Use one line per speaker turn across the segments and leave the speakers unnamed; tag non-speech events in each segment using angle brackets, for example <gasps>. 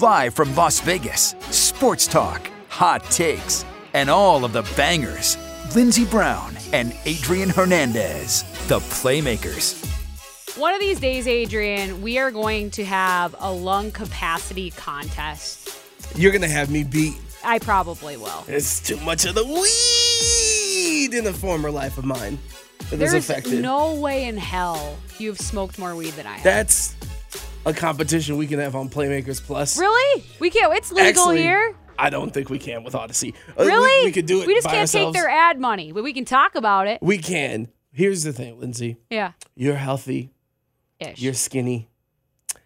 Live from Las Vegas, sports talk, hot takes, and all of the bangers. Lindsey Brown and Adrian Hernandez, the Playmakers.
One of these days, Adrian, we are going to have a lung capacity contest.
You're gonna have me beat.
I probably will.
It's too much of the weed in the former life of mine that is
There's
affected.
no way in hell you've smoked more weed than I have.
That's a competition we can have on Playmakers Plus.
really? We can't. It's legal
Actually,
here.
I don't think we can with Odyssey. Uh, we-
Really?
We, could do it.
We just
by
can't
ourselves.
take their ad money, but we can talk about it.
We can. Here's the thing, Lindsay.
Yeah.
You're healthy.
Ish.
You're skinny.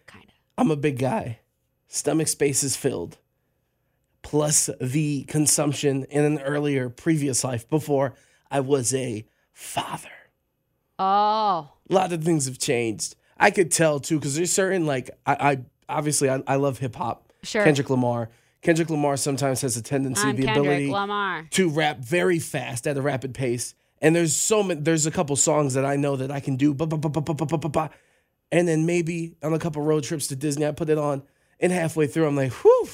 kind of.
I'm a big guy. Stomach space is filled. Plus the consumption in an earlier previous life before I was a father.
Oh.
a lot of things have changed. I could tell too, because there's certain like I, I obviously I, I love hip hop.
Sure.
Kendrick Lamar. Kendrick Lamar sometimes has a tendency,
I'm
the
Kendrick
ability
Lamar.
to rap very fast at a rapid pace. And there's so many. There's a couple songs that I know that I can do. Ba, ba, ba, ba, ba, ba, ba, ba, ba. And then maybe on a couple road trips to Disney, I put it on, and halfway through, I'm like, whew,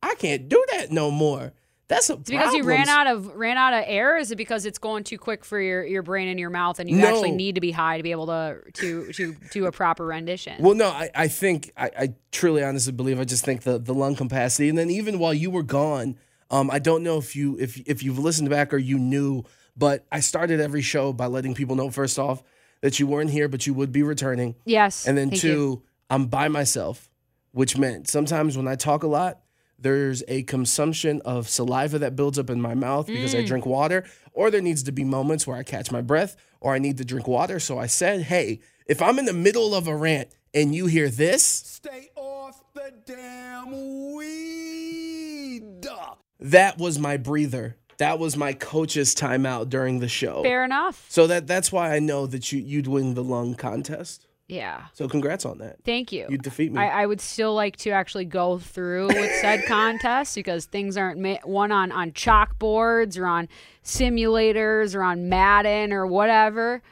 I can't do that no more. That's a
It's because you
problems.
ran out of ran out of air. Is it because it's going too quick for your, your brain and your mouth, and you
No.
actually need to be high to be able to to to do a proper rendition?
Well, no, I, I think I, I truly honestly believe I just think the the lung capacity. And then even while you were gone, um, I don't know if you if if you've listened back or you knew, but I started every show by letting people know first off that you weren't here, but you would be returning.
yes.
And then
Thank
two,
you.
I'm by myself, which meant sometimes when I talk a lot, there's a consumption of saliva that builds up in my mouth because
Mm.
I drink water, or there needs to be moments where I catch my breath or I need to drink water. So I said, hey, if I'm in the middle of a rant and you hear this,
Stay off the damn weed.
that was my breather. That was my coach's timeout during the show.
Fair enough.
So that that's why I know that you you'd win the lung contest.
Yeah.
So congrats on that.
Thank you.
You defeat me.
I, I would still like to actually go through with
<laughs>
said contest because things aren't ma- one on on chalkboards or on simulators or on Madden or whatever.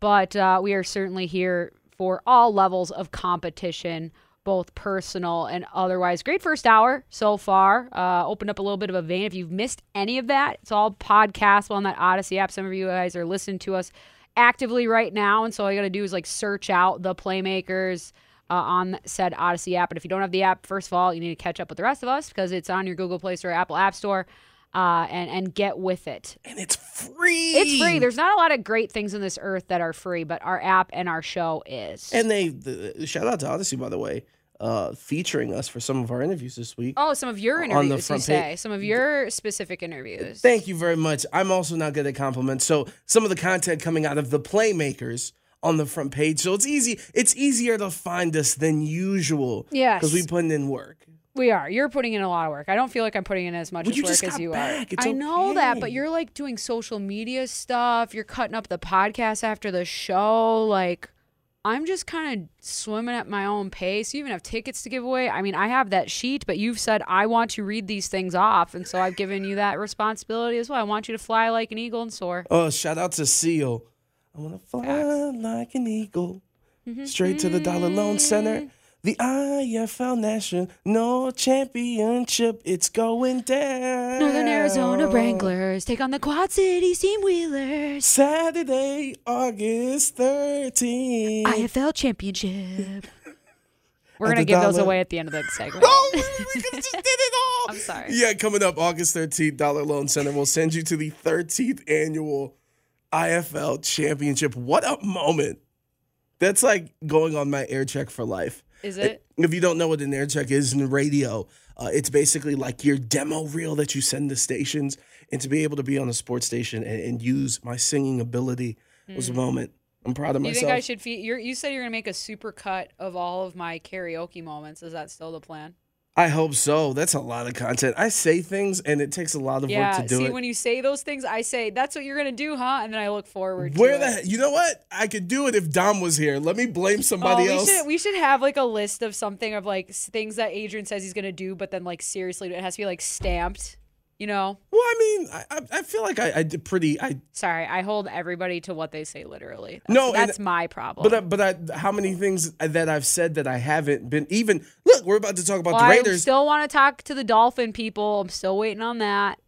But uh, we are certainly here for all levels of competition, both personal and otherwise. Great first hour so far. Uh, opened up a little bit of a vein. If you've missed any of that, it's all podcast on that Odyssey app. Some of you guys are listening to us actively right now, and so all you got to do is like search out the playmakers uh, on said Odyssey app. And if you don't have the app, first of all, you need to catch up with the rest of us because it's on your Google Play Store, Apple App Store, uh, and and get with it.
and it's free.
It's free. There's not a lot of great things on this earth that are free, but our app and our show is.
And they the, shout out to Odyssey by the way, uh, featuring us for some of our interviews this week.
oh, some of your
On the
interviews, you
front
say.
page.
Some of your specific interviews.
Thank you very much. I'm also not good at compliments, so some of the content coming out of the playmakers on the front page. So it's easy. It's easier to find us than usual.
Yes.
because we putting in work.
we are. You're putting in a lot of work. I don't feel like I'm putting in as much
Well, you
work
just
as
got
you are.
back. It's
I know that, but
okay.
you're like doing social media stuff. You're cutting up the podcast after the show. Like, I'm just kind of swimming at my own pace. You even have tickets to give away. I mean, I have that sheet, but you've said I want to read these things off, and so I've given you that responsibility as well. I want you to fly like an eagle and soar.
Oh, shout out to Seal. I want to fly like an eagle,
Mm-hmm.
straight to the Dollar Loan Center. The IFL National Championship, it's going down.
Northern Arizona Wranglers take on the Quad Cities Team Wheelers.
Saturday, August 13th. <laughs>
IFL Championship. We're
at
gonna
the
give those
dollar-
away at the end of the
<laughs>
segment.
Oh, we
<laughs>
could have just did it all.
I'm sorry.
Yeah, coming up August 13th, Dollar Loan Center will send you to the 13th annual IFL Championship. What a moment! That's like going on my air check for life.
Is it?
If you don't know what an air check is in radio, uh, it's basically like your demo reel that you send to stations. And to be able to be on a sports station and, and use my singing ability was a moment. I'm proud of
Do Hmm. you
myself.
think I should feed? You're, you said you're gonna make a super cut of all of my karaoke moments. Is that still the plan?
I hope so. That's a lot of content. I say things, and it takes a lot of
yeah.
work to do
see,
it.
when you say those things, I say that's what you're gonna do, huh? And then I look forward.
Where
to
the
it.
he- you know what? I could do it if Dom was here. Let me blame
Oh,
somebody
we
else.
should we should have like a list of something of like s- things that Adrian says he's gonna do, but then like seriously, it has to be like stamped. You know.
well, I mean, I, I- I feel like I, I did pretty. I
Sorry, I hold everybody to what they say literally. That's,
No, and-
that's my problem.
but uh, I, but I, how many things that I've said that I haven't been even. Look, we're about to talk about
Well,
the
I
Raiders.
still want to talk to the Dolphin people. I'm still waiting on that.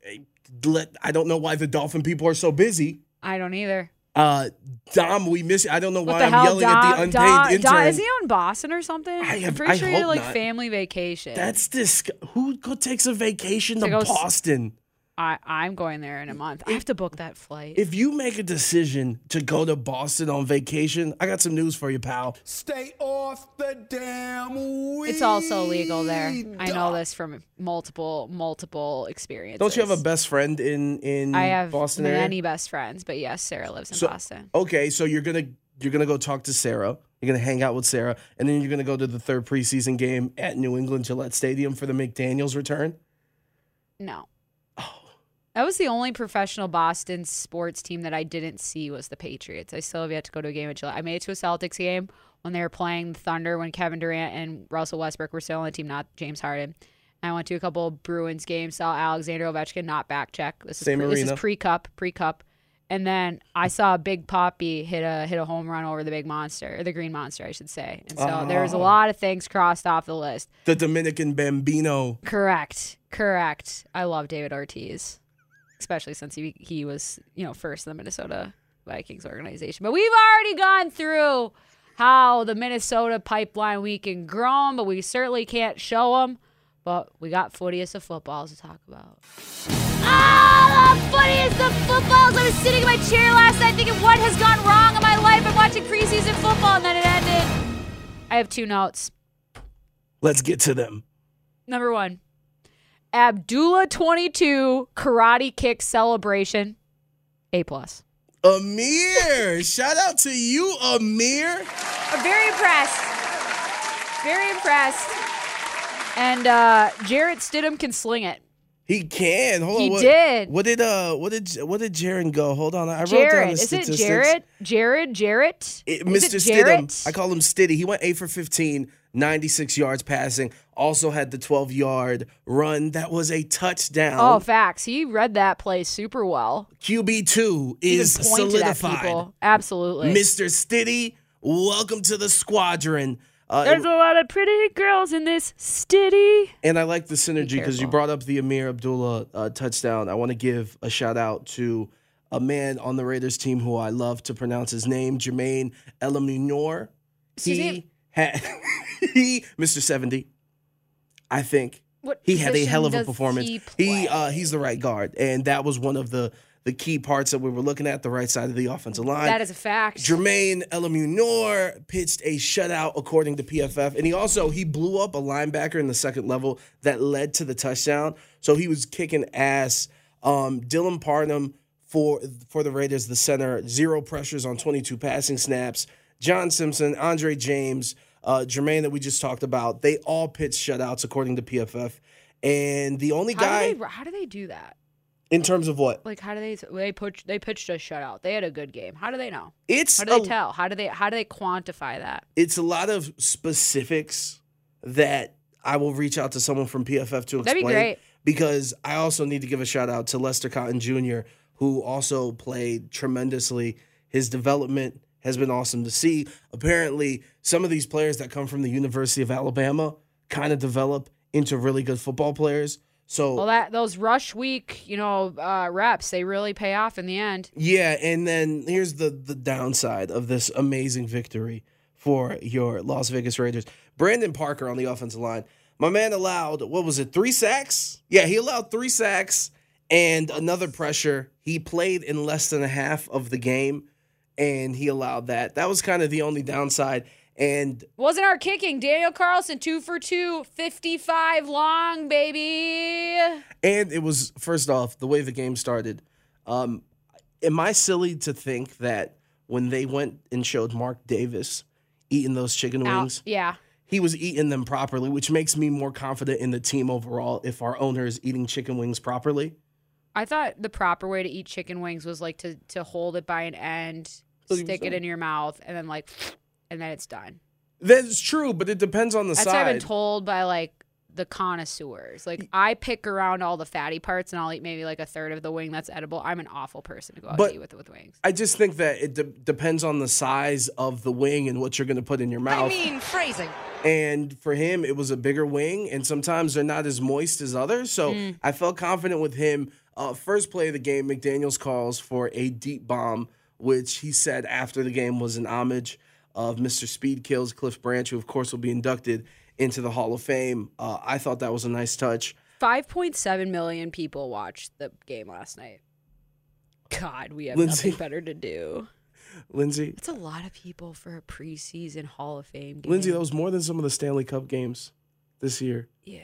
Let- I don't know why the Dolphin people are so busy.
I don't either.
Uh, Dom, we miss you. I don't know
What
why
the
I'm
hell,
yelling
Dom,
at the unpaid
Dom,
intern.
Dom- is he on Boston or something? I
have-
am pretty
I
sure he had,
hope
like
not.
family vacation.
That's this. Who go- takes a vacation to,
To go s-
Boston?
I, I'm going there in a month. I have to book that flight.
If you make a decision to go to Boston on vacation, I got some news for you, pal.
Stay off the damn weed.
it's also legal there. I know this from multiple, multiple experiences.
Don't you have a best friend in in
I have
Boston area?
many best friends, but yes, Sarah lives in
So-
Boston.
Okay, so you're gonna you're gonna go talk to Sarah. You're gonna hang out with Sarah, and then you're gonna go to the third preseason game at New England Gillette Stadium for the McDaniel's return.
No. <gasps> That was the only professional Boston sports team that I didn't see was the Patriots. I still have yet to go to a game at Gillette. I made it to a Celtics game when they were playing the Thunder when Kevin Durant and Russell Westbrook were still on the team, not James Harden. And I went to a couple Bruins games, saw Alexander Ovechkin not back check. This is
Same
pre, this
arena.
is pre cup, pre cup. And then I saw Big Poppy hit a hit a home run over the big monster, or the green monster, I should say. And so
Oh.
there was a lot of things crossed off the list.
The Dominican Bambino.
Correct. Correct. I love David Ortiz, especially since he he was you know first in the Minnesota Vikings organization. But we've already gone through how the Minnesota pipeline we can grow 'em, but we certainly can't show them. But we got footiest of footballs to talk about. Ah, the footiest of footballs! I was sitting in my chair last night thinking, what has gone wrong in my life? I'm watching preseason football, and then it ended. I have two notes.
Let's get to them.
Number one, Abdullah 22 karate kick celebration. A plus. <laughs>
Amir, shout out to you, Amir.
I'm very impressed. Very impressed. And uh, Jarrett Stidham can sling it.
He can. Hold
He
on. What,
did.
What did uh? What did what did Jaron go? Hold on. I wrote down
Jared,
the
is it
statistics.
Jared? Jared, Jarrett?
It,
Is
Mr.
it
Stidham,
Jarrett?
I call him Stiddy. He went 8 for 15, 96 yards passing. Also had the 12 yard run. That was a touchdown.
Oh, facts. He read that play super well.
QB2
He
is
just pointed at
solidified.
people. Absolutely.
Mr. Stiddy, welcome to the squadron. Uh,
There's a lot of pretty girls in this city.
And I like the synergy because you
careful.
brought up the Amir Abdullah uh, touchdown. I want to give a shout out to a man on the Raiders team who I love to pronounce his name, Jermaine Elamunor.
Excuse
He
me?
had <laughs> he, Mr. Seventy. I think
What
he had a hell of
position
a
does
performance.
He,
he
play?
uh, he's the right guard, and that was one of the the key parts that we were looking at the right side of the offensive line.
that is a fact.
Jermaine Elamunor pitched a shutout according to PFF, and he also he blew up a linebacker in the second level that led to the touchdown. So he was kicking ass. Um, Dylan Parnham for for the Raiders, the center, zero pressures on 22 passing snaps. John Simpson, Andre James, uh, Jermaine that we just talked about, they all pitched shutouts according to PFF. And the only
how,
guy
do they, how do they do that?
in terms of what
Like how do they they pitch they pitched a shutout? They had a good game. How do they know?
it's
How do they
a-
tell? How do they how do they quantify that?
it's a lot of specifics that I will reach out to someone from PFF to explain.
That'd be great.
Because I also need to give a shout out to Lester Cotton Jr., who also played tremendously. His development has been awesome to see. Apparently, some of these players that come from the University of Alabama kind of develop into really good football players. So
Well, that those rush week, you know, uh, reps they really pay off in the end.
Yeah, and then here's the the downside of this amazing victory for your Las Vegas Raiders. Brandon Parker on the offensive line. My man allowed, what was it, three sacks? Yeah, he allowed three sacks and another pressure. He played in less than a half of the game, and he allowed that. That was kind of the only downside. And
Wasn't our kicking Daniel Carlson two for two, 55 long, baby.
And it was first off the way the game started. Um, am I silly to think that when they went and showed Mark Davis eating those chicken
Out-
wings,
Yeah.
he was eating them properly, which makes me more confident in the team overall if our owner is eating chicken wings properly.
I thought the proper way to eat chicken wings was like to to hold it by an end,
That's what he was
stick it
saying.
in your mouth, and then like, <sniffs> and then it's done.
That's true, but it depends on the
That's what I've been
side.
told by like the connoisseurs. Like I pick around all the fatty parts, and I'll eat maybe like a third of the wing that's edible. I'm an awful person to go out
But-
to eat with with wings.
I just think that it de- depends on the size of the wing and what you're going to put in your mouth.
phrasing.
And for him, it was a bigger wing, and sometimes they're not as moist as others. So
Mm.
I felt confident with him. Uh, first play of the game, McDaniels calls for a deep bomb, which he said after the game was an homage of Mr. Speed Kills Cliff Branch, who, of course, will be inducted into the Hall of Fame. Uh, I thought that was a nice touch.
Five point seven million people watched the game last night. God, we have
Lindsay.
nothing better to do.
Lindsay,
It's a lot of people for a preseason Hall of Fame game.
Lindsay, that was more than some of the Stanley Cup games this year.
yeah,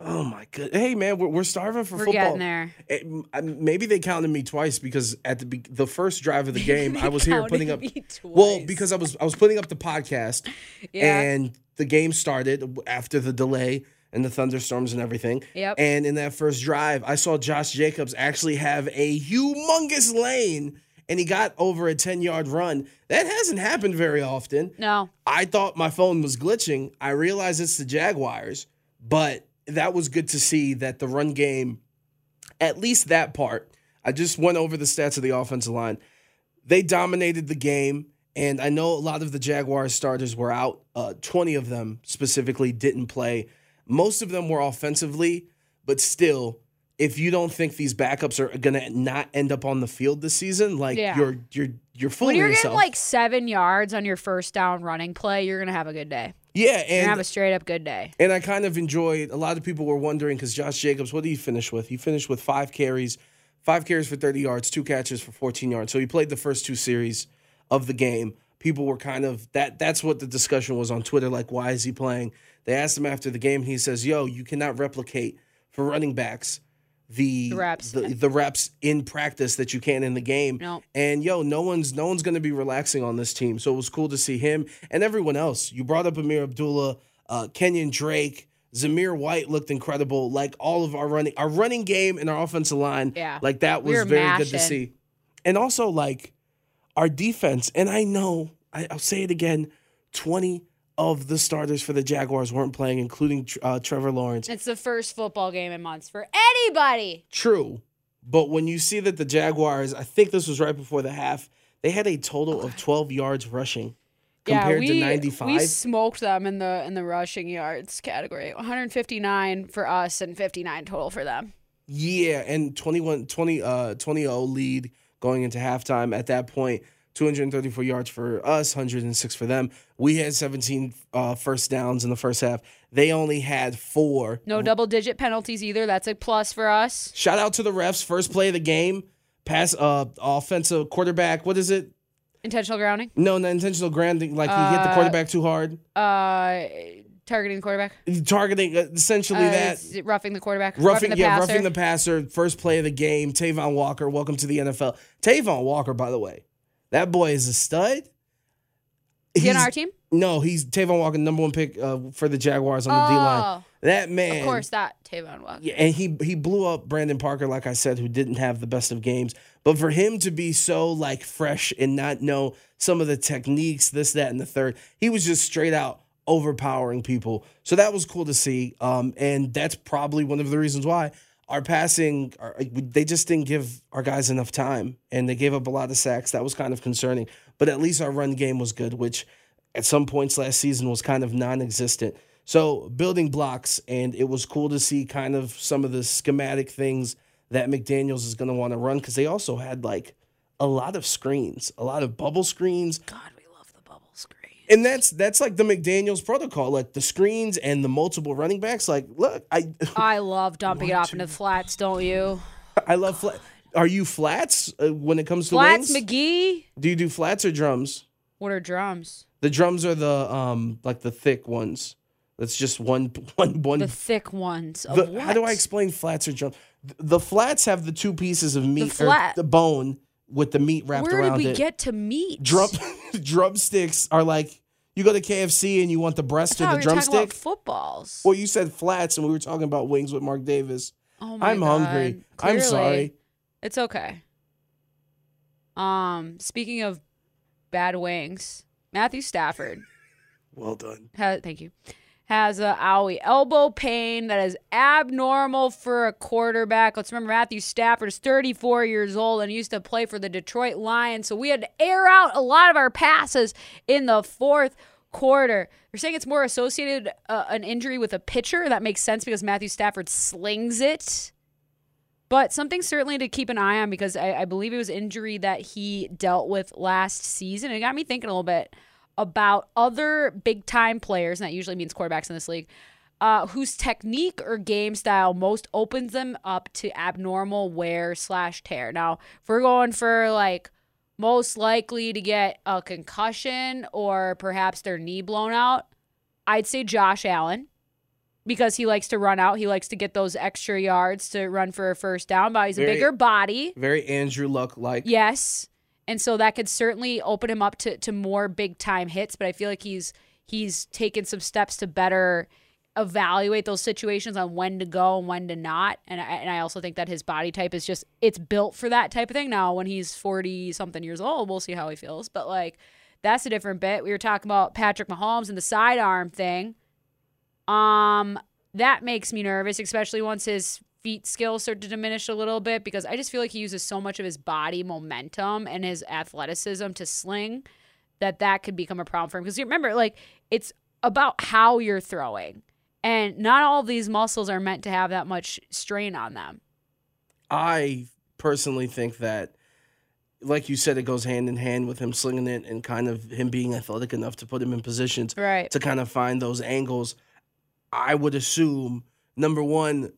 Oh my good. Hey man, we're, we're starving for
we're
football.
getting there.
It- m- I- maybe they counted me twice because at the be- the first
<laughs>
drive of the game, I was here
counted
putting up.
me
Well,
twice.
because I was I was putting up the podcast,
<laughs> Yeah.
and the game started w- after the delay and the thunderstorms and everything.
Yep.
And in that first drive, I saw Josh Jacobs actually have a humongous lane, and he got over a ten yard run. That hasn't happened very often.
No,
I thought my phone was glitching. I realized it's the Jaguars, but that was good to see that the run game, at least that part. I just went over the stats of the offensive line. They dominated the game, and I know a lot of the Jaguars starters were out. Uh, 20 of them specifically didn't play. Most of them were offensively, but still, if you don't think these backups are gonna not end up on the field this season, like
Yeah.
you're you're you're fooling
when you're
yourself.
getting like seven yards on your first down running play, you're gonna have a good day.
yeah,
You're
and
gonna have a straight up good day.
And I kind of enjoyed. A lot of people were wondering because Josh Jacobs, what did he finish with? He finished with five carries, five carries for 30 yards, two catches for 14 yards. So he played the first two series of the game. People were kind of that. That's what the discussion was on Twitter. Like, why is he playing? They asked him after the game. He says, "Yo, you cannot replicate for running backs the
The reps.
the, the reps in practice that you can in the game."
No.
And yo, no one's no one's gonna be relaxing on this team. So it was cool to see him and everyone else. You brought up Amir Abdullah, uh, Kenyon Drake, Zamir White looked incredible. Like all of our running our running game and our offensive line.
Yeah.
Like that
We
was
were
very good to
mashing.
see. And also like our defense, and I know, I, I'll say it again, 20 of the starters for the Jaguars weren't playing, including uh, Trevor Lawrence.
It's the first football game in months for anybody.
True. But when you see that the Jaguars, I think this was right before the half, they had a total of 12 yards rushing compared
yeah, we,
to 95.
we smoked them in the in the rushing yards category. 159 for us and 59 total for them.
yeah, and 21 20 uh 20 lead going into halftime at that point. 234 yards for us, 106 for them. We had 17 uh, first downs in the first half. They only had four.
No double digit penalties either. That's a plus for us.
Shout out to the refs. First play of the game, pass uh offensive quarterback. What is it?
Intentional grounding.
No, not intentional grounding. Like he hit the
Uh,
quarterback too hard.
Uh, targeting the quarterback.
targeting uh, essentially
Uh,
that
is it roughing the quarterback.
roughing,
the
yeah
passer.
roughing the passer first play of the game Tavon Walker welcome to the NFL Tavon Walker by the way that boy is a stud
Is he on
He's-
our team?
no he's Tavon Walker number one pick uh, for the Jaguars on the D line
Oh.
that man
Of course, that Tavon Walker.
yeah, and he he blew up Brandon Parker, like I said, who didn't have the best of games. But for him to be so like fresh and not know some of the techniques, this, that, and the third, he was just straight out overpowering people. So that was cool to see. Um, and that's probably one of the reasons why our passing, our, uh, they just didn't give our guys enough time, and they gave up a lot of sacks. That was kind of concerning. But at least our run game was good, which at some points last season was kind of non-existent. So building blocks, and it was cool to see kind of some of the schematic things that McDaniel's is going to want to run because they also had like a lot of screens, a lot of bubble screens. God, we love the bubble screen. And that's that's like the McDaniel's protocol, like the screens and the multiple running backs. Like, look, I <laughs>
I love dumping it off into the flats, don't you?
I love flat. Are you flats uh, when it comes to
Flats
wings?
McGee.
do you do flats or drums?
What are drums?
The drums are the um like the thick ones. That's just one <laughs> one one.
The thick ones. Of
the- how do I
what?
explain flats or drums? The, the flats have the two pieces of meat
flat-
or the bone with the meat wrapped
Where did
around
we
it.
get to meat?
Drum <laughs> drumsticks are like you go to KFC and you want the
I
breast
thought
or
we
the
were talking about
drumstick.
footballs.
Well, you said flats, and we were talking about wings with Mark Davis.
Oh my
I'm
God.
hungry. I'm
Clearly.
sorry.
It's okay. Um, speaking of bad wings, Matthew Stafford
Well done.
has thank you has a owie elbow pain that is abnormal for a quarterback. Let's remember Matthew Stafford is 34 years old and used to play for the Detroit Lions, so we had to air out a lot of our passes in the fourth quarter. You're saying it's more associated uh, an injury with a pitcher. That makes sense because Matthew Stafford slings it. But something certainly to keep an eye on because I, I believe it was injury that he dealt with last season. It got me thinking a little bit about other big time players, and that usually means quarterbacks in this league, uh, whose technique or game style most opens them up to abnormal wear slash tear. Now, if we're going for like most likely to get a concussion or perhaps their knee blown out, I'd say Josh Allen because he likes to run out. He likes to get those extra yards to run for a first down, but he's a
Very-
bigger body.
Very Andrew Luck like.
Yes. And so that could certainly open him up to, to more big time hits, but I feel like he's he's taken some steps to better evaluate those situations on when to go and when to not. And I, and I also think that his body type is just it's built for that type of thing. Now when he's 40 something years old, we'll see how he feels, but like that's a different bit. We were talking about Patrick Mahomes and the sidearm thing. Um, that makes me nervous, especially once his feet skills start to diminish a little bit because I just feel like he uses so much of his body momentum and his athleticism to sling that that could become a problem for him. Because you remember, like it's about how you're throwing, and not all of these muscles are meant to have that much strain on them.
I personally think that, like you said, it goes hand in hand with him slinging it and kind of him being athletic enough to put him in positions
Right.
to kind of find those angles. I would assume number one,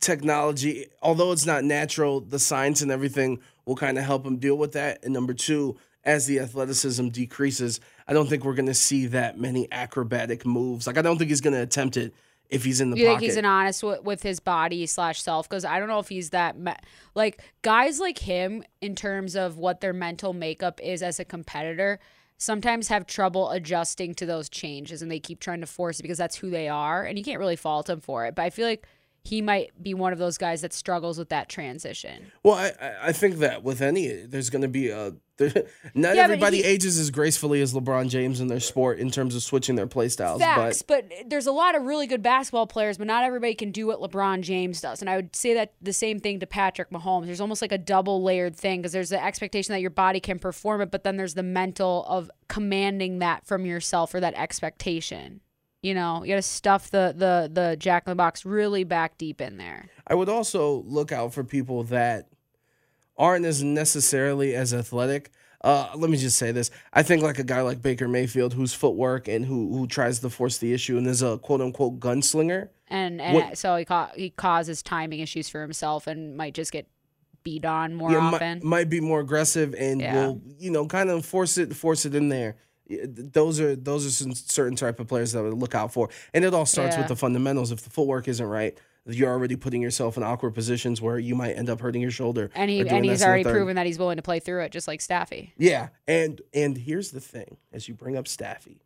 technology, although it's not natural, the science and everything will kind of help him deal with that. And number two, as the athleticism decreases, I don't think we're going to see that many acrobatic moves. Like I don't think he's going to attempt it if he's in the
you
pocket.
think he's an honest with, with his body slash self because i don't know if he's that me- like guys like him in terms of what their mental makeup is as a competitor sometimes have trouble adjusting to those changes and they keep trying to force it because that's who they are and you can't really fault him for it but i feel like he might be one of those guys that struggles with that transition
Well, I, I- I think that with any, there's going to be a. <laughs> There, not
but
everybody
he-
ages as gracefully as LeBron James in their sport in terms of switching their play styles.
Facts,
But
but, there's a lot of really good basketball players, but not everybody can do what LeBron James does. And I would say that the same thing to Patrick Mahomes. There's almost like a double layered thing because there's the expectation that your body can perform it, but then there's the mental of commanding that from yourself or that expectation. You know, you got to stuff the the the jack in the box really back deep in there.
I would also look out for people that aren't as necessarily as athletic. Uh, let me just say this. I think like a guy like Baker Mayfield, whose footwork and who who tries to force the issue and is a quote unquote gunslinger.
And and
What-
so he ca- he causes timing issues for himself and might just get beat on more
yeah, mi-
often.
Might, be more aggressive and
Yeah.
will you know kind of force it force it in there. Yeah, th- Those are those are some certain type of players that I would look out for, and it all starts
Yeah.
with the fundamentals. If the footwork isn't right, you're already putting yourself in awkward positions where you might end up hurting your shoulder.
and
or
he
doing
and
this
he's
the
already
third.
proven that he's willing to play through it, just like Staffy.
Yeah, and and here's the thing: as you bring up Staffy,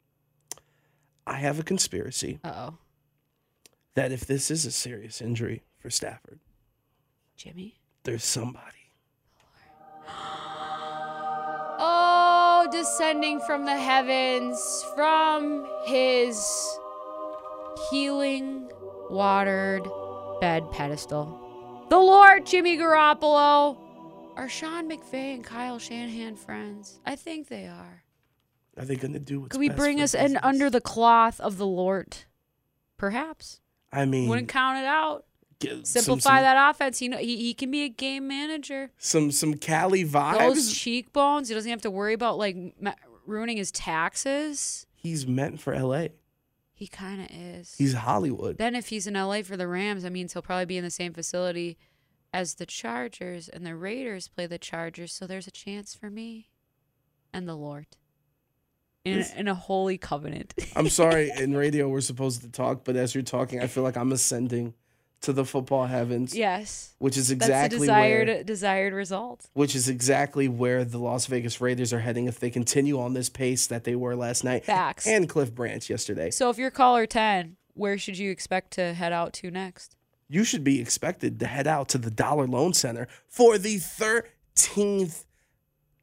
I have a conspiracy
Uh oh.
that if this is a serious injury for Stafford,
Jimmy.
there's somebody.
Oh, descending from the heavens, from his healing watered bed pedestal. The Lord, Jimmy Garoppolo. Are Sean McVay and Kyle Shanahan friends? I think they are.
Are they going to do what's
Could we
best
bring
for
us in
business?
under the cloth of the Lord? Perhaps.
I mean,
Wouldn't count it out.
get Mm. some-
Simplify
some-
that offense. You know, he, he can be a game manager.
some some Cali vibes.
those cheekbones. He doesn't have to worry about like ma- ruining his taxes.
He's meant for LA.
He kind of is.
He's Hollywood.
then if he's in LA for the Rams, I mean, he'll probably be in the same facility as the Chargers, and the Raiders play the Chargers, so there's a chance for me and the Lord in, in a holy covenant.
<laughs>
<laughs>
I'm sorry, in radio we're supposed to talk, but as you're talking, I feel like I'm ascending to the football heavens.
yes,
Which is
that's the
exactly
desired
where,
desired result.
which is exactly where the Las Vegas Raiders are heading if they continue on this pace that they were last night.
Facts.
And Cliff Branch yesterday.
So if you're caller ten, where should you expect to head out to next?
you should be expected to head out to the Dollar Loan Center for the 13th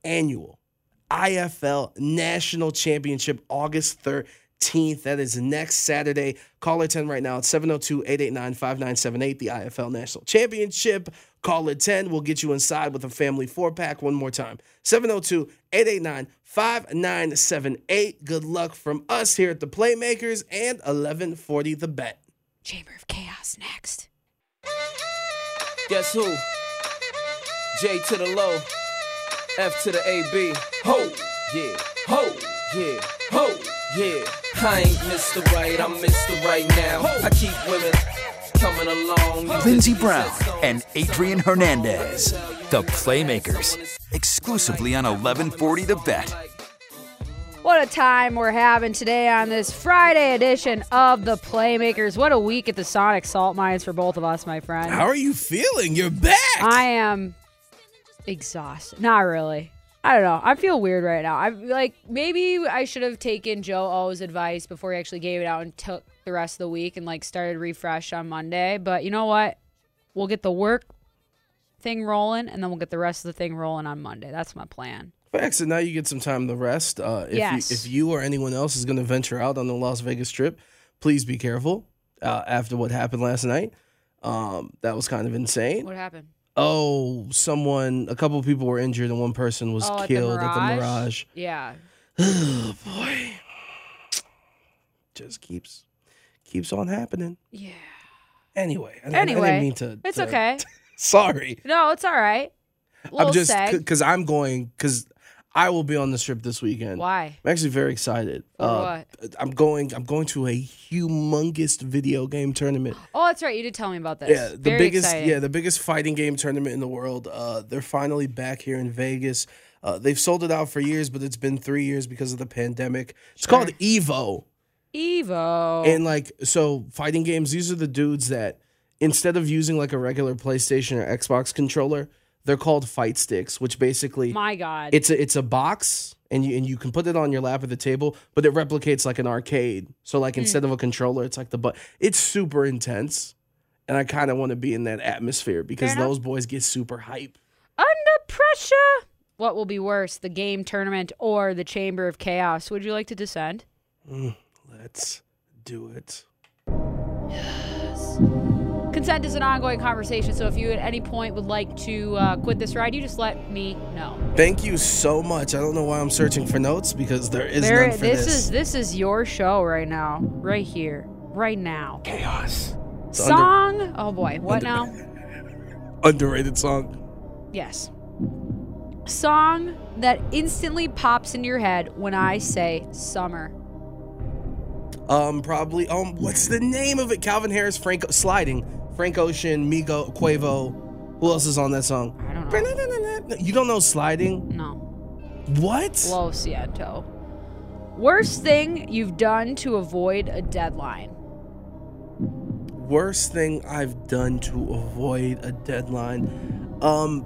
annual IFL National Championship, August 13th. That is next Saturday. Caller 10 right now at 702 889 5978, the IFL National Championship. Caller 10 will get you inside with a family four pack one more time. 702 889 5978. Good luck from us here at the Playmakers and 1140 the bet.
Chamber of Chaos next.
Guess who? J to the low, F to the AB. Ho, yeah, ho, yeah, ho, yeah. I ain't Mr. Right, I'm Mr. Right now. I keep women coming along.
Lindsey Brown and Adrian Hernandez, the Playmakers, exclusively on 1140 The Bet.
What a time we're having today on this Friday edition of the Playmakers. What a week at the Sonic Salt Mines for both of us, my friend.
How are you feeling? You're back.
I am exhausted. Not really. I don't know. I feel weird right now. I'm like maybe I should have taken Joe O's advice before he actually gave it out and took the rest of the week and like started refresh on Monday. But you know what? We'll get the work thing rolling and then we'll get the rest of the thing rolling on Monday. That's my plan.
Facts, and now you get some time to rest. Uh, if,
Yes.
you, if you or anyone else is going to venture out on the Las Vegas trip, please be careful uh, after what happened last night. Um, that was kind of insane.
What happened?
Oh, someone, a couple people were injured, and one person was
Oh, at the
killed at the
Mirage?
Mirage.
Yeah.
Oh <gasps> boy, just keeps keeps on happening.
Yeah.
Anyway, I, didn't- I
Anyway,
didn't mean to.
it's
to- <laughs>
okay.
Sorry,
No, it's all right. Little
I'm just
seg.
because I'm going because I will be on this trip this weekend.
Why?
I'm actually very excited. Uh,
For
I'm going. I'm going to a humongous video game tournament.
Oh, that's right. You did tell me about this.
yeah, the
Very
biggest.
exciting.
Yeah, the biggest fighting game tournament in the world. Uh, they're finally back here in Vegas. Uh, they've sold it out for years, but it's been three years because of the pandemic. It's called Evo,
Evo.
and like so, fighting games. These are the dudes that instead of using like a regular PlayStation or Xbox controller, they're called fight sticks, which basically
My God.
it's a it's a box and you and you can put it on your lap or the table, but it replicates like an arcade. So
Hmm.
like instead of a controller, it's like the but it's super intense. And I kind of want to be in that atmosphere because
enough.
those boys get super hype.
Under pressure. What will be worse, the game tournament or the Chamber of Chaos? Would you like to descend?
Let's do it.
Consent is an ongoing conversation, so if you at any point would like to uh, quit this ride, you just let me know.
Thank you so much. I don't know why I'm searching for notes because there is
There-
none for
this
this.
is this is your show right now, right here, right now.
chaos. It's under-
Song. oh boy, what now?
underrated song.
Yes. Song that instantly pops into your head when I say summer.
Um, probably. Um, what's the name of it? Calvin Harris, Franco, sliding, Frank Ocean, Migo, Quavo. Who else is on that song?
I don't know.
You don't know sliding?
No.
What?
Lo Siento. Worst thing you've done to avoid a deadline.
Worst thing I've done to avoid a deadline. Um,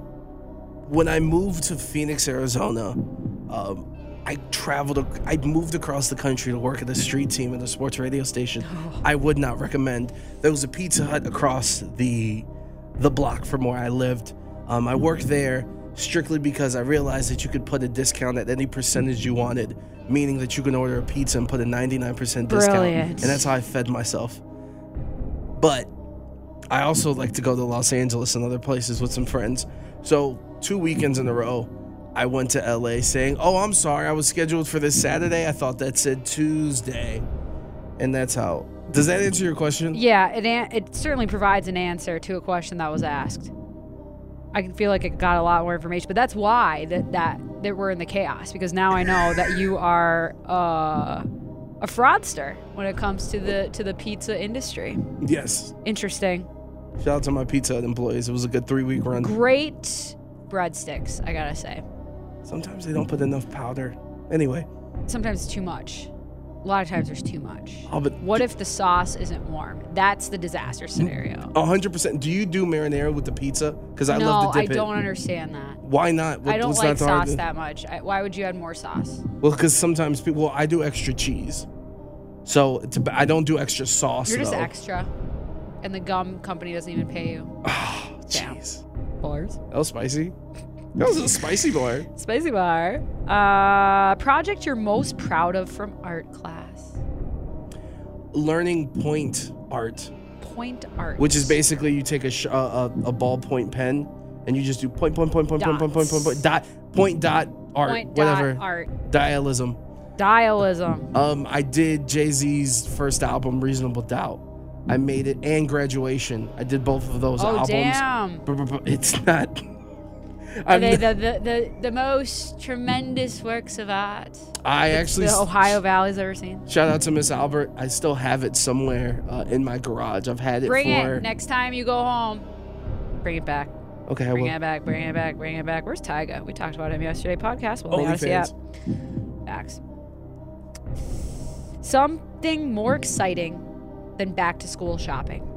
when I moved to Phoenix, Arizona, um, I traveled. ac- I moved across the country to work at a street team at a sports radio station. I would not recommend. There was a Pizza Hut across the the block from where I lived. Um, I worked there strictly because I realized that you could put a discount at any percentage you wanted, meaning that you can order a pizza and put a 99% discount.
Brilliant.
And that's how I fed myself. But I also like to go to Los Angeles and other places with some friends. So, two weekends in a row, I went to LA saying, Oh, I'm sorry, I was scheduled for this Saturday. I thought that said Tuesday. And that's how. Does that answer your question?
Yeah, it an- it certainly provides an answer to a question that was asked. I can feel like it got a lot more information, but that's why that that that we're in the chaos because now I know that you are uh a fraudster when it comes to the to the pizza industry.
Yes.
Interesting.
Shout out to my Pizza Hut employees. It was a good three week run.
Great breadsticks, I gotta say.
Sometimes they don't put enough powder. Anyway,
Sometimes too much. A lot of times there's too much.
Oh, but-
what if the sauce isn't warm? That's the disaster scenario.
100%. Do you do marinara with the pizza? Because I
no,
love to
I
dip it.
don't understand that.
Why not?
I don't
What's
like
not the hard
sauce
thing?
that much. I, why would you add more sauce?
Well, because sometimes people, well, I do extra cheese. So it's, ab- I don't do extra sauce.
You're just
though.
extra, and the gum company doesn't even pay you.
Jeez.
Bars.
That was spicy. That was a spicy bar.
Spicy bar. Uh, project you're most proud of from art class.
Learning point art,
Point art.
which is basically you take a, sh- a, a, a ballpoint pen and you just do point, point, point, point, point, point, point, point, point, dot, point, dart art,
Point
whatever.
Dot art.
Dialism.
Dialism.
Um, I did Jay Z's first album, Reasonable Doubt. I made it and graduation. I did both of those
oh
albums.
damn.
B- b- b- It's not.
Are
I'm
they
not-
the, the, the, the most tremendous works of art
I actually
the Ohio Valley's ever seen?
Shout out to Miss Albert. I still have it somewhere uh, in my garage. I've had it
Bring
for.
it next time you go home. Bring it back.
okay, I
Bring
will.
it back. Bring it back. Bring it back. Where's Tyga? We talked about him yesterday podcast. Well, we gotta see that.
OnlyFans.
Facts. Something more exciting than back to school shopping.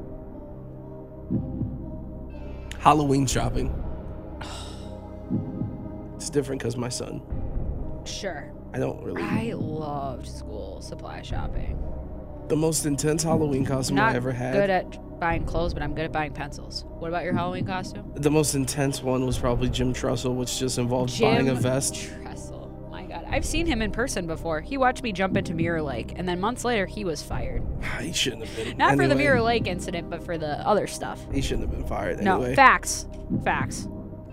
Halloween shopping. it's different because my son.
Sure.
I don't really.
I loved school supply shopping.
The most intense Halloween
I'm
costume
not
I ever had.
good at buying clothes, but I'm good at buying pencils. What about your Halloween costume?
the most intense one was probably Jim Trussell, which just involved buying a
Jim
vest. <sighs>
Tressel. My God. I've seen him in person before. He watched me jump into Mirror Lake, and then months later, he was fired.
he shouldn't have been.
Not for the
anyway,
Mirror Lake incident, but for the other stuff.
He shouldn't have been fired anyway.
No, facts. Facts.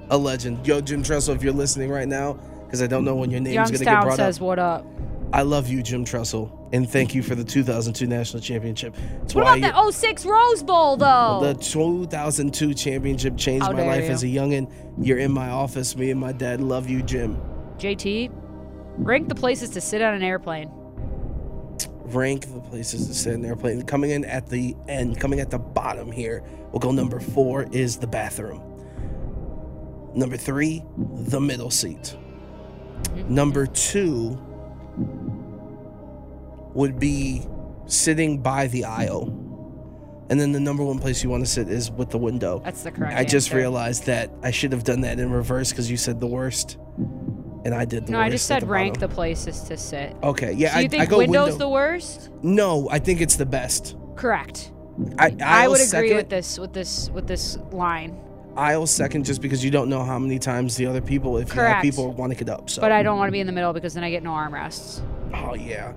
a legend. Yo, Jim Trussell, if you're listening right now, because I don't know when your name's going to get
Youngstown
brought
says,
up.
What up?
I love you, Jim Trussell, and thank you for the 2002 national championship. It's
What
why
about
you-
that 06 Rose Bowl, though?
The 2002 championship changed
How
my
dare
life
you.
as a youngin. You're in my office. Me and my dad love you, Jim.
JT, rank the places to sit on an airplane.
Rank the places to sit in the airplane. Coming in at the end, coming at the bottom here, we'll go number four is the bathroom. Number three, the middle seat.
Mm-hmm.
Number two would be sitting by the aisle. And then the number one place you want to sit is with the window.
That's the correct
I just
answer.
realized that I should have done that in reverse because you said the worst, and I did the
No,
worst.
I just
at
said
the
rank the
bottom.
places to sit.
Okay, yeah,
so you
I,
think
I go
window's
window.
the worst?
No, I think it's the best.
Correct.
I,
I
aisle
would agree
second,
with this with this with this line.
Aisle second, just because you don't know how many times the other people, if you
Correct.
have people, want to get up. So,
But I don't want to be in the middle because then I get no armrests.
oh yeah,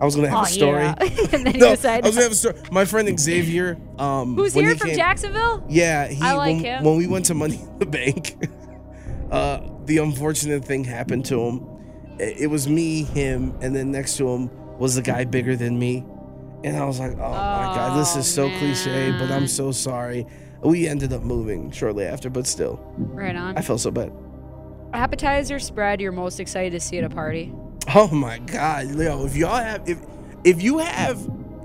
I was gonna have a story.
Oh, <laughs> and then you
No, I was
decide.
gonna have a story. My friend Xavier, um,
<laughs> Who's
when
here
he
from
came-
Jacksonville?
Yeah, he,
I like
when,
him.
when we went to Money in the Bank, <laughs> uh, the unfortunate thing happened to him. It, it was me, him, and then next to him was the guy bigger than me. And I was like, oh, my God, this is so
Oh,
cliche, but
man.
I'm so sorry. We ended up moving shortly after, but still,
Right on.
I felt so bad.
<laughs> Appetizer spread you're most excited to see at a party.
Oh my God, Leo! If y'all have, if if you have,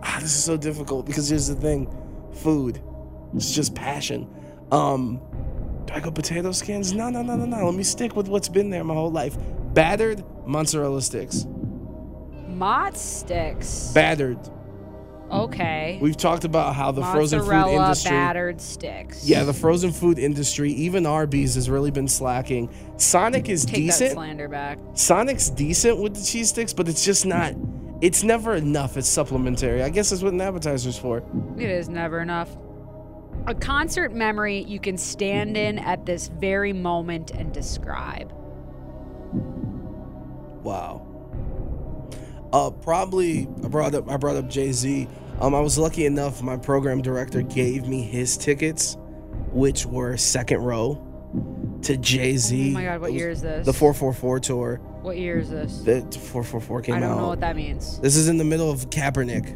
ah, this is so difficult because here's the thing, food, it's just passion. Um, do I go potato skins? No, no, no, no, no. Let me stick with what's been there my whole life. Battered mozzarella sticks.
Mott sticks.
Battered.
okay.
We've talked about how the frozen food
Mozzarella
industry.
battered sticks.
Yeah, the frozen food industry, even Arby's, has really been slacking. Sonic is
Take that
decent.
slander back.
Sonic's decent with the cheese sticks, but it's just not. It's never enough. It's supplementary. I guess that's what an appetizer's for.
It is never enough. A concert memory you can stand in
Mm-hmm.
at this very moment and describe.
Wow. Uh, probably I brought up I brought up Jay Z. Um, I was lucky enough. My program director gave me his tickets, which were second row to Jay Z.
Oh my god, what year is this?
The 444 tour.
What year is this?
The 444 came
I don't
out.
know what that means.
This is in the middle of Kaepernick.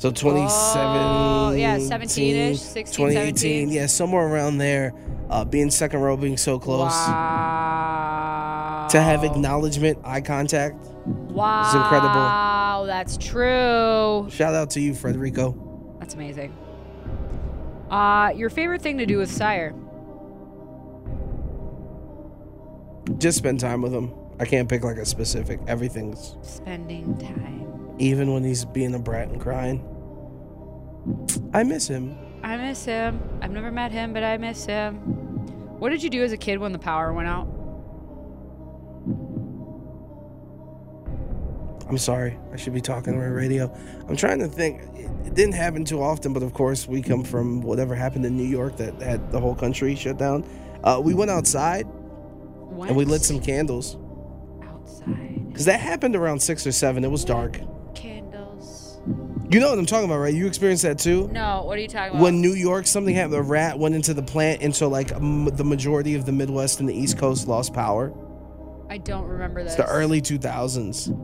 So 27.
Oh, yeah, 17-ish, 16, 17.
Yeah, somewhere around there. Uh, being second row, being so close.
Wow.
To have acknowledgement, eye contact.
Wow.
incredible.
Wow, that's true.
Shout out to you, Frederico.
That's amazing. Uh, your favorite thing to do with Sire?
Just spend time with him. I can't pick like a specific. Everything's
Spending time.
even when he's being a brat and crying. I miss him.
I miss him. I've never met him, but I miss him. What did you do as a kid when the power went out?
I'm sorry. I should be talking on my radio. I'm trying to think. It, it didn't happen too often, but of course, we come from whatever happened in New York that had the whole country shut down. Uh, we went outside
Went
and we lit some candles
outside
because that happened around six or seven. It was dark.
candles.
You know what I'm talking about, right? You experienced that too.
No, what are you talking about?
when New York something happened, a rat went into the plant, and so like m- the majority of the Midwest and the East Coast lost power.
I don't remember this.
It's the early 2000s.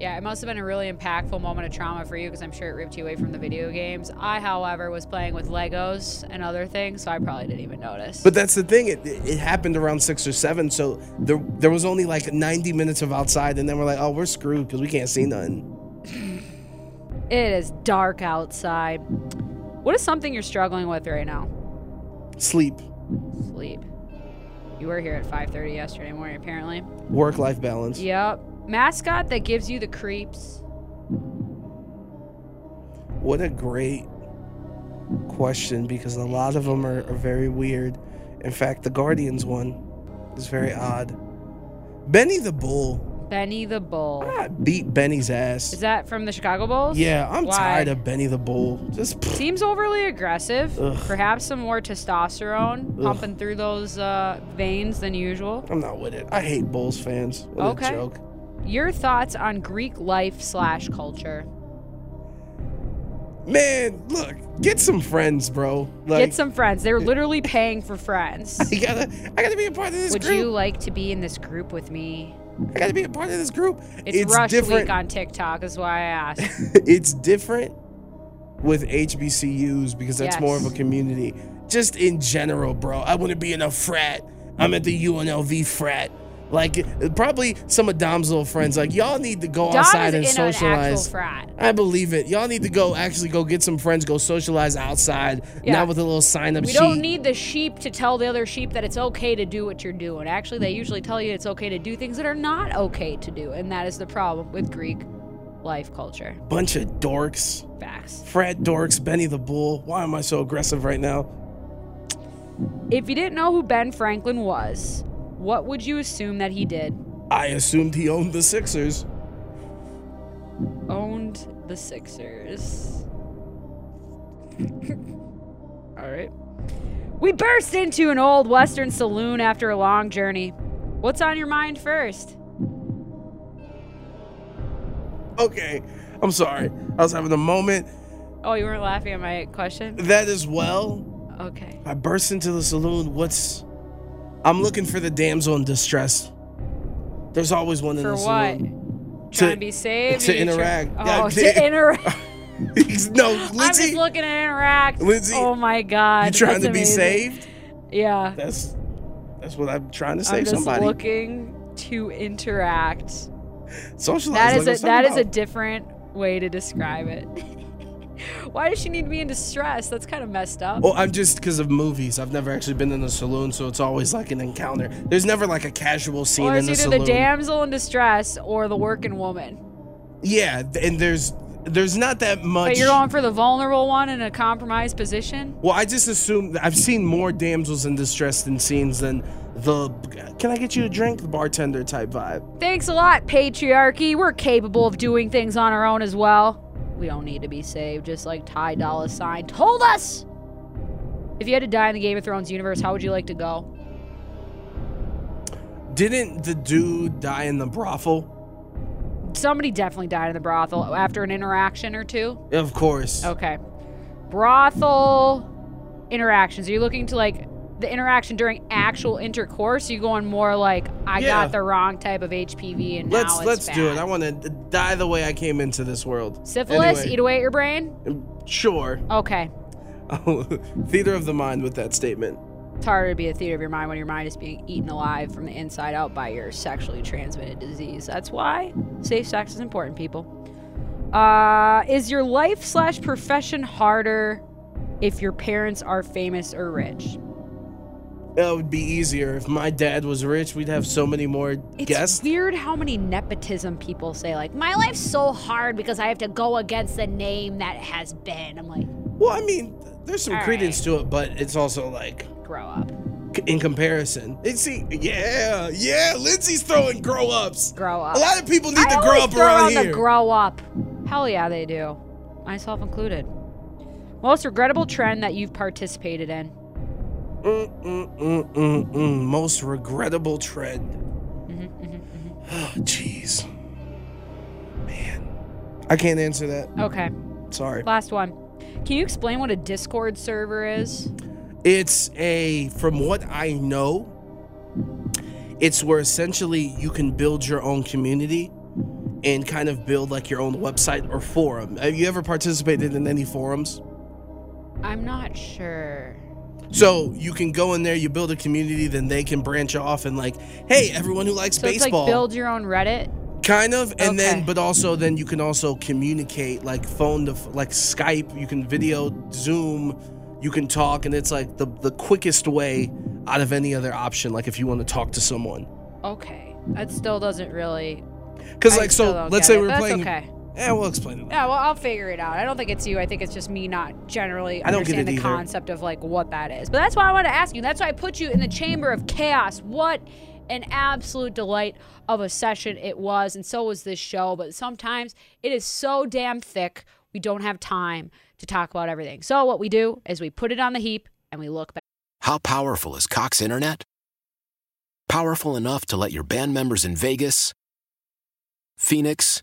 Yeah, it must have been a really impactful moment of trauma for you because I'm sure it ripped you away from the video games. I, however, was playing with Legos and other things, so I probably didn't even notice.
But that's the thing; it, it happened around six or seven, so there there was only like 90 minutes of outside, and then we're like, oh, we're screwed because we can't see nothing.
it is dark outside. What is something you're struggling with right now?
Sleep,
Sleep. You were here at 5:30 yesterday morning, apparently.
work life balance.
Yep. Mascot that gives you the creeps.
What a great question because a lot of them are, are very weird. In fact, the Guardians one is very odd. Benny the Bull
Benny the Bull.
I beat Benny's ass.
Is that from the Chicago Bulls?
Yeah, I'm
Why?
tired of Benny the Bull. Just pfft,
Seems overly aggressive. Perhaps some more testosterone pumping through those uh, veins than usual.
I'm not with it. I hate Bulls fans. What
Okay.
a joke.
Your thoughts on Greek life slash culture?
Man, look, get some friends, bro. Like,
Get some friends.
<laughs>
They're literally paying for friends.
You gotta, I gotta be a part of this
Would
group.
you like to be in this group with me?
I gotta be a part of this group.
It's, rush
different.
week on TikTok, is why I asked.
it's different with HBCUs because that's more of
Yes.
a community. Just in general, bro. I wouldn't be in a frat. I'm at the UNLV frat. Like probably some of Dom's little friends. Like y'all need to go
Dom
outside and
is in an actual
socialize.
frat.
I believe it. Y'all need to go actually go get some friends, go socialize outside,
Yeah.
not with a little sign up
We
sheet.
don't need the sheep to tell the other sheep that it's okay to do what you're doing. Actually, they usually tell you it's okay to do things that are not okay to do, and that is the problem with Greek life culture.
Bunch of dorks.
Facts.
Frat dorks, Benny the Bull. Why am I so aggressive right now?
If you didn't know who Ben Franklin was, what would you assume that he did?
I assumed he owned the Sixers.
Owned the Sixers. <laughs> All right. We burst into an old Western saloon after a long journey. What's on your mind first?
Okay. I'm sorry. I was having a moment.
Oh, you weren't laughing at my question?
That as well.
Okay.
I burst into the saloon. What's I'm looking for the damsel in distress. There's always one in
For
the
what?
saloon.
Trying to be
<laughs>
saved?
to
You try-
interact.
Oh,
<laughs> Yeah,
to interact.
no,
I'm just
Lindsay, you
looking at interact.
Lindsay,
oh my God.
trying
that's
to be
amazing.
saved?
Yeah.
That's that's what I'm trying to
I'm
save
just
somebody.
looking to interact.
Socialize.
That
like
is
I was
a
talking
that is a
about.
different way to describe it. <laughs> Why does she need to be in distress? That's kind of messed up.
Well, I'm just because of movies. I've never actually been in a saloon, so it's always like an encounter. There's never like a casual scene
or
in
it's
the
either
saloon.
the damsel in distress or the working woman.
yeah, th- and there's there's not that much.
But you're going for the vulnerable one in a compromised position?
well, I just assume that I've seen more damsels in distress in scenes than the "Can I get you a drink?" the bartender type vibe.
Thanks a lot, patriarchy. We're capable of doing things on our own as well. We don't need to be saved, just like Ty Dolla Sign told us. If you had to die in the Game of Thrones universe, how would you like to go?
Didn't the dude die in the brothel?
Somebody definitely died in the brothel after an interaction or two.
Of course.
Okay. Brothel interactions. Are you looking to like the interaction during actual intercourse? Are you going more like I
Yeah.
got the wrong type of HPV and
Let's
now it's
let's do it.
bad"?
I want to die the way I came into this world.
Syphilis,
Anyway,
eat away at your brain.
Sure. <laughs>
Okay.
Theater of the mind with that statement.
It's harder to be a theater of your mind when your mind is being eaten alive from the inside out by your sexually transmitted disease. That's why safe sex is important, people. Uh, is your life slash profession harder if your parents are famous or rich?
That would be easier if my dad was rich. We'd have so many more
It's
guests.
weird how many nepotism people say, like, my life's so hard because I have to go against the name that has been. I'm like,
Well, I mean, there's some
All
credence to it, but it's also like
grow up.
c- in comparison. It's see, yeah, yeah. Lindsay's throwing grow ups.
Grow up.
A lot of people need
I
to grow
always
up
throw
around
out
here.
The grow up. Hell yeah, they do. Myself included. Most regrettable trend that you've participated in.
Mm, mm, mm, mm, mm. Most regrettable trend. <sighs> Oh, jeez. Man. I can't answer that.
Okay,
Sorry.
last one. Can you explain what a Discord server is?
It's a, from what I know, it's where essentially you can build your own community and kind of build like your own website or forum. Have you ever participated in any forums?
I'm not sure.
So you can go in there, you build a community, then they can branch off and like, hey, everyone who likes
So it's
baseball,
like build your own Reddit.
kind of, and
Okay.
then but also then you can also communicate like phone to f- like Skype, you can video, Zoom, you can talk, and it's like the the quickest way out of any other option. Like if you want to talk to someone,
Okay, that still doesn't really.
because
I
like
still
so,
don't
let's
get
say
it, but
we're
that's
playing.
okay.
Yeah, we'll explain it.
Yeah, well, I'll figure it out. I don't think it's you. I think it's just me not generally
I don't get
understanding
it
the
either.
concept of like what that is. But that's why I want to ask you. That's why I put you in the chamber of chaos. What an absolute delight of a session it was, and so was this show. But sometimes it is so damn thick, we don't have time to talk about everything. So what we do is we put it on the heap and we look back.
How powerful is Cox Internet? Powerful enough to let your band members in Vegas, Phoenix,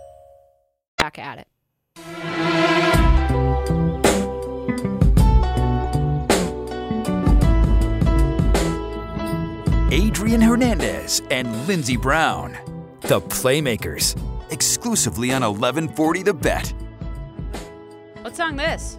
back at it.
Adrian Hernandez and Lindsey Brown, the Playmakers, exclusively on 1140 The Bet.
What song this?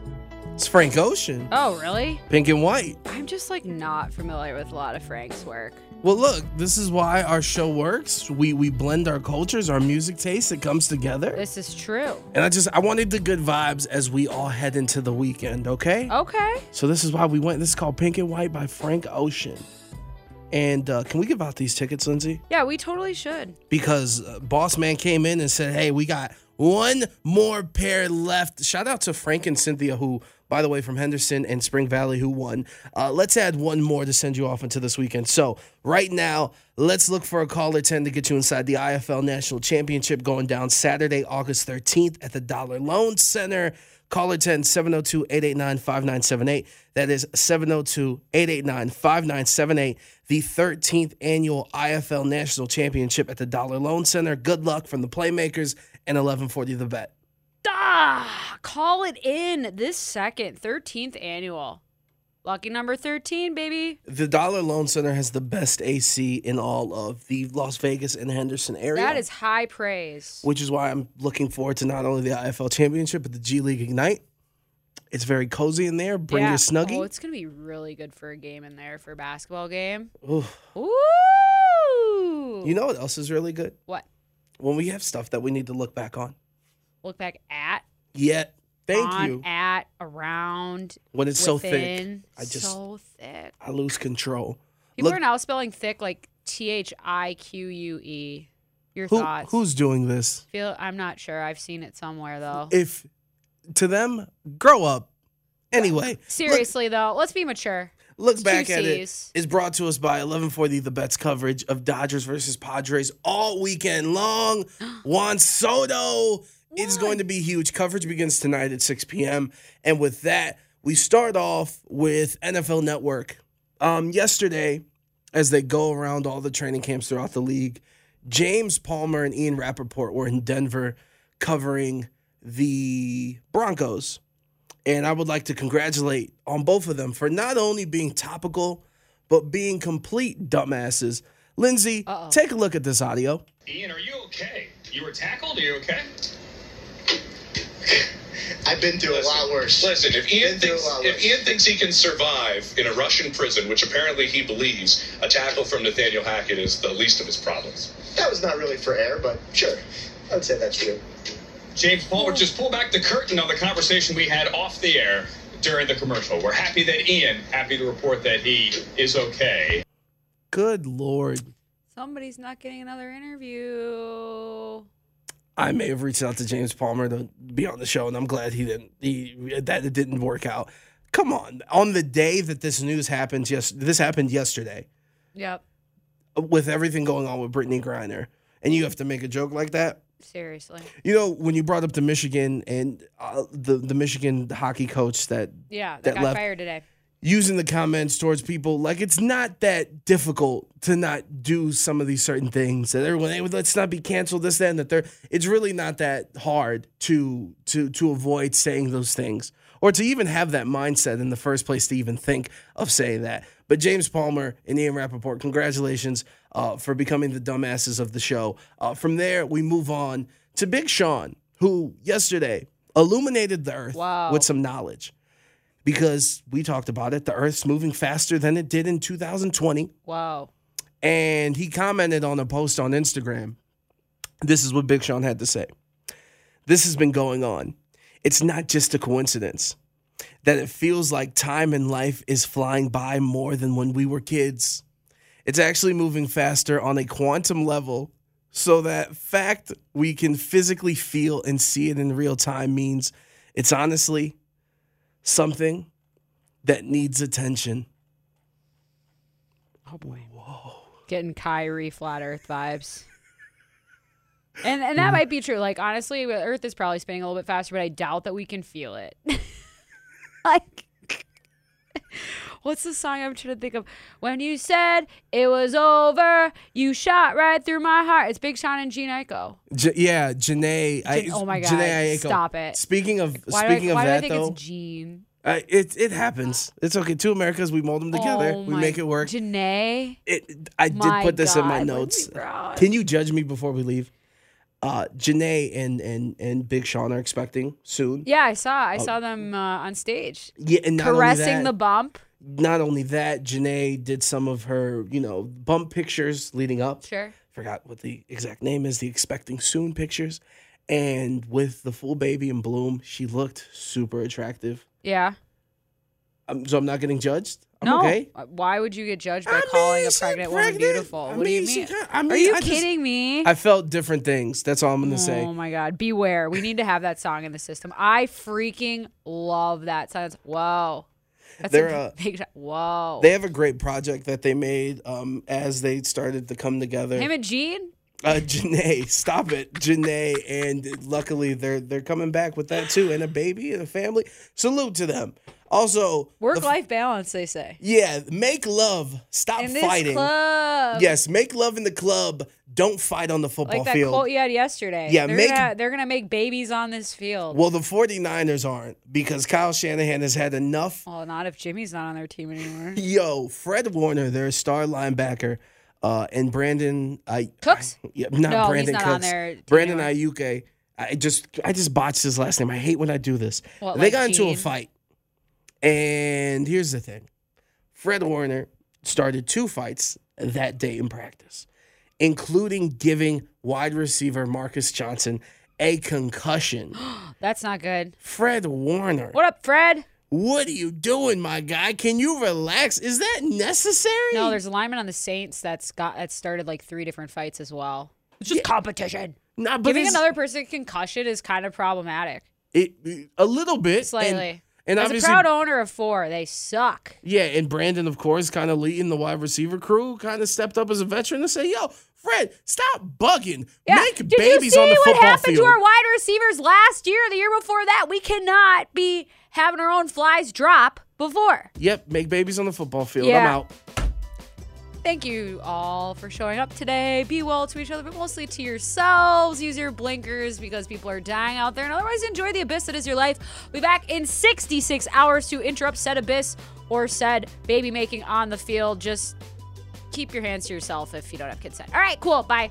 It's Frank Ocean,
Oh, really?
Pink and White.
I'm just like not familiar with a lot of Frank's work.
Well, look, this is why our show works. We we blend our cultures, our music tastes. It comes together.
This is true.
And I just I wanted the good vibes as we all head into the weekend. Okay.
Okay.
So this is why we went. This is called Pink and White by Frank Ocean. And uh, can we give out these tickets, Lindsay?
Yeah, we totally should.
Because uh, Boss Man came in and said, "Hey, we got one more pair left." Shout out to Frank and Cynthia, who, by the way, from Henderson and Spring Valley, who won. Uh, let's add one more to send you off into this weekend. So right now, let's look for a caller ten to get you inside the IFL National Championship going down Saturday, August thirteenth at the Dollar Loan Center. Caller 10 702 889 5978. That is 702 889 5978. The 13th annual IFL National Championship at the Dollar Loan Center. Good luck from the Playmakers and 1140 The Bet.
Ah, call it in this second, 13th annual. Lucky number 13, baby.
The Dollar Loan Center has the best AC in all of the Las Vegas and Henderson area.
That is high praise.
Which is why I'm looking forward to not only the IFL Championship, but the G League Ignite. It's very cozy in there. Bring
Yeah.
your Snuggie.
Oh, it's going to be really good for a game in there, for a basketball game.
Ooh.
Ooh.
You know what else is really good?
what?
When we have stuff that we need to look back on.
Look back at,
yet. Thank
on,
you.
at, around,
When it's so thick,
within.
I just
So thick.
I lose control.
People
Look-
are now spelling thick like T H I Q U E. Your
Who,
thoughts?
who's doing this?
Feel I'm not sure. I've seen it somewhere though.
If to them, grow up. Anyway,
Seriously though, let's be mature.
look
It's two
back at it
Cs.
is brought to us by 1140 The Bet's coverage of Dodgers versus Padres all weekend long. Juan Soto is going to be huge. Coverage begins tonight at 6 p.m. And with that, we start off with NFL Network. Um, yesterday, as they go around all the training camps throughout the league, James Palmer and Ian Rappaport were in Denver covering the Broncos. And I would like to congratulate on both of them for not only being topical, but being complete dumbasses. Lindsay, take a look at this audio.
Ian, are you okay? You were tackled? Are you okay?
I've been through a lot worse.
Listen, if Ian
Been through
thinks
a lot
if
worse.
Ian thinks he can survive in a Russian prison, which apparently he believes, a tackle from Nathaniel Hackett is the least of his problems.
that was not really for air, but sure, I would say that's true.
James Palmer, just pull back the curtain on the conversation we had off the air during the commercial. We're happy that Ian, happy to report that he is okay.
Good Lord.
Somebody's not getting another interview.
I may have reached out to James Palmer to be on the show, and I'm glad he didn't. He, that it didn't work out. Come on, on the day that this news happened, yes, this happened yesterday
Yep.
with everything going on with Brittany Griner, and you have to make a joke like that.
Seriously.
You know, when you brought up the Michigan and uh, the the Michigan hockey coach that
Yeah, that,
That
got
left-
fired today.
using the comments towards people. Like it's not that difficult to not do some of these certain things that everyone hey, let's not be canceled this that and the third. It's really not that hard to to to avoid saying those things or to even have that mindset in the first place to even think of saying that. But James Palmer and Ian Rappaport, congratulations uh, for becoming the dumbasses of the show. Uh, from there, we move on to Big Sean, who yesterday illuminated the earth
Wow.
with some knowledge because we talked about it. The Earth's moving faster than it did in 2020.
Wow.
And he commented on a post on Instagram. This is what Big Sean had to say. This has been going on. It's not just a coincidence that it feels like time and life is flying by more than when we were kids. It's actually moving faster on a quantum level. So that fact we can physically feel and see it in real time means it's honestly something that needs attention.
Oh boy. Whoa. Getting Kyrie flat Earth
<laughs>
vibes. And and that might be true. Like honestly, the Earth is probably spinning a little bit faster, but I doubt that we can feel it. <laughs> like, what's the song I'm trying to think of? When you said it was over, you shot right through my heart. It's Big Sean and Gene Eiko.
J- yeah, Janae. I,
Jan- oh my God,
Janae Aiko.
stop it.
Speaking of
Why do I,
speaking of
why
that
do I think
though,
it's Gene?
I, it it happens. It's okay. Two Americas. We mold them together.
Oh
we
my-
make it work.
Janae.
It, I did
My
put this in my
God,
notes.
Lindsey Brown.
Can you judge me before we leave? Uh, Janae and and and Big Sean are expecting soon.
Yeah, I saw. I saw them uh, on stage
Yeah, and Oh. not
caressing
only
the
that,
bump.
not only that, Janae did some of her you know bump pictures leading up.
Sure.
forgot what the exact name is, the expecting soon pictures. And with the full baby in bloom, she looked super attractive.
Yeah.
Um, so I'm not getting judged. I'm
no.
okay.
Uh, Why would you get judged by
I
calling
mean,
a
she
pregnant, woman
pregnant.
beautiful?
I
what do you
mean, she
mean?
kin- I
Are
mean,
you
I just-
kidding me?
I felt different things. That's all I'm gonna
Oh
say.
my God. Beware. We need to have that song in the system. I freaking love that song. That's- Whoa. That's
They're,
a
uh,
<laughs> big shot. Whoa.
They have a great project that they made um, as they started to come together.
Him and Gene?
Uh, Janae, stop it, Janae, and luckily they're they're coming back with that too, and a baby and a family. Salute to them. Also, the
Work life balance, they say.
Yeah, make love. Stop
In this
fighting.
club.
Yes, make love in the club. Don't fight on the football
Like that
field.
quote you had yesterday.
Yeah,
they're
make-
gonna, they're gonna make babies on this field.
Well, the 49ers aren't because Kyle Shanahan has had enough.
Well, not if Jimmy's not on their team
<laughs>
anymore.
Yo, Fred Warner, their star linebacker, uh, and Brandon I
Cooks?
yeah, not
No, he's
Brandon
not on
Cooks.
their team
Brandon Ayuk. I just I just botched his last name. I hate when I do this.
What,
they
like
got into a
Gene?
fight. And here's the thing. Fred Warner started two fights that day in practice, including giving wide receiver Marcus Johnson a
<gasps>
concussion.
That's not good.
Fred Warner.
What up, Fred?
What are you doing, my guy? Can you relax? Is that necessary?
No, there's a lineman on the Saints that's got that started like three different fights as well. It's just competition.
Nah, but
Giving
it's-
another person a concussion is kind of problematic,
It a little bit and-
slightly.
And,
As a
obviously,
proud owner of four, they suck.
yeah, and Brandon, of course, kind of leading the wide receiver crew, kind of stepped up as a veteran and said, "Yo, Fred, stop bugging.
Yeah.
Make
Did
babies
you see
on the
what
football
happened
field."
to our wide receivers last year, the year before that? We cannot be having our own flies drop before.
yep, make babies on the football field. I'm
Yeah.
out.
Thank you all for showing up today. Be well to each other, but mostly to yourselves. Use your blinkers because people are dying out there. And otherwise, enjoy the abyss that is your life. We'll be back in 66 hours to interrupt said abyss or said baby making on the field. Just keep your hands to yourself if you don't have consent. All right, cool. Bye.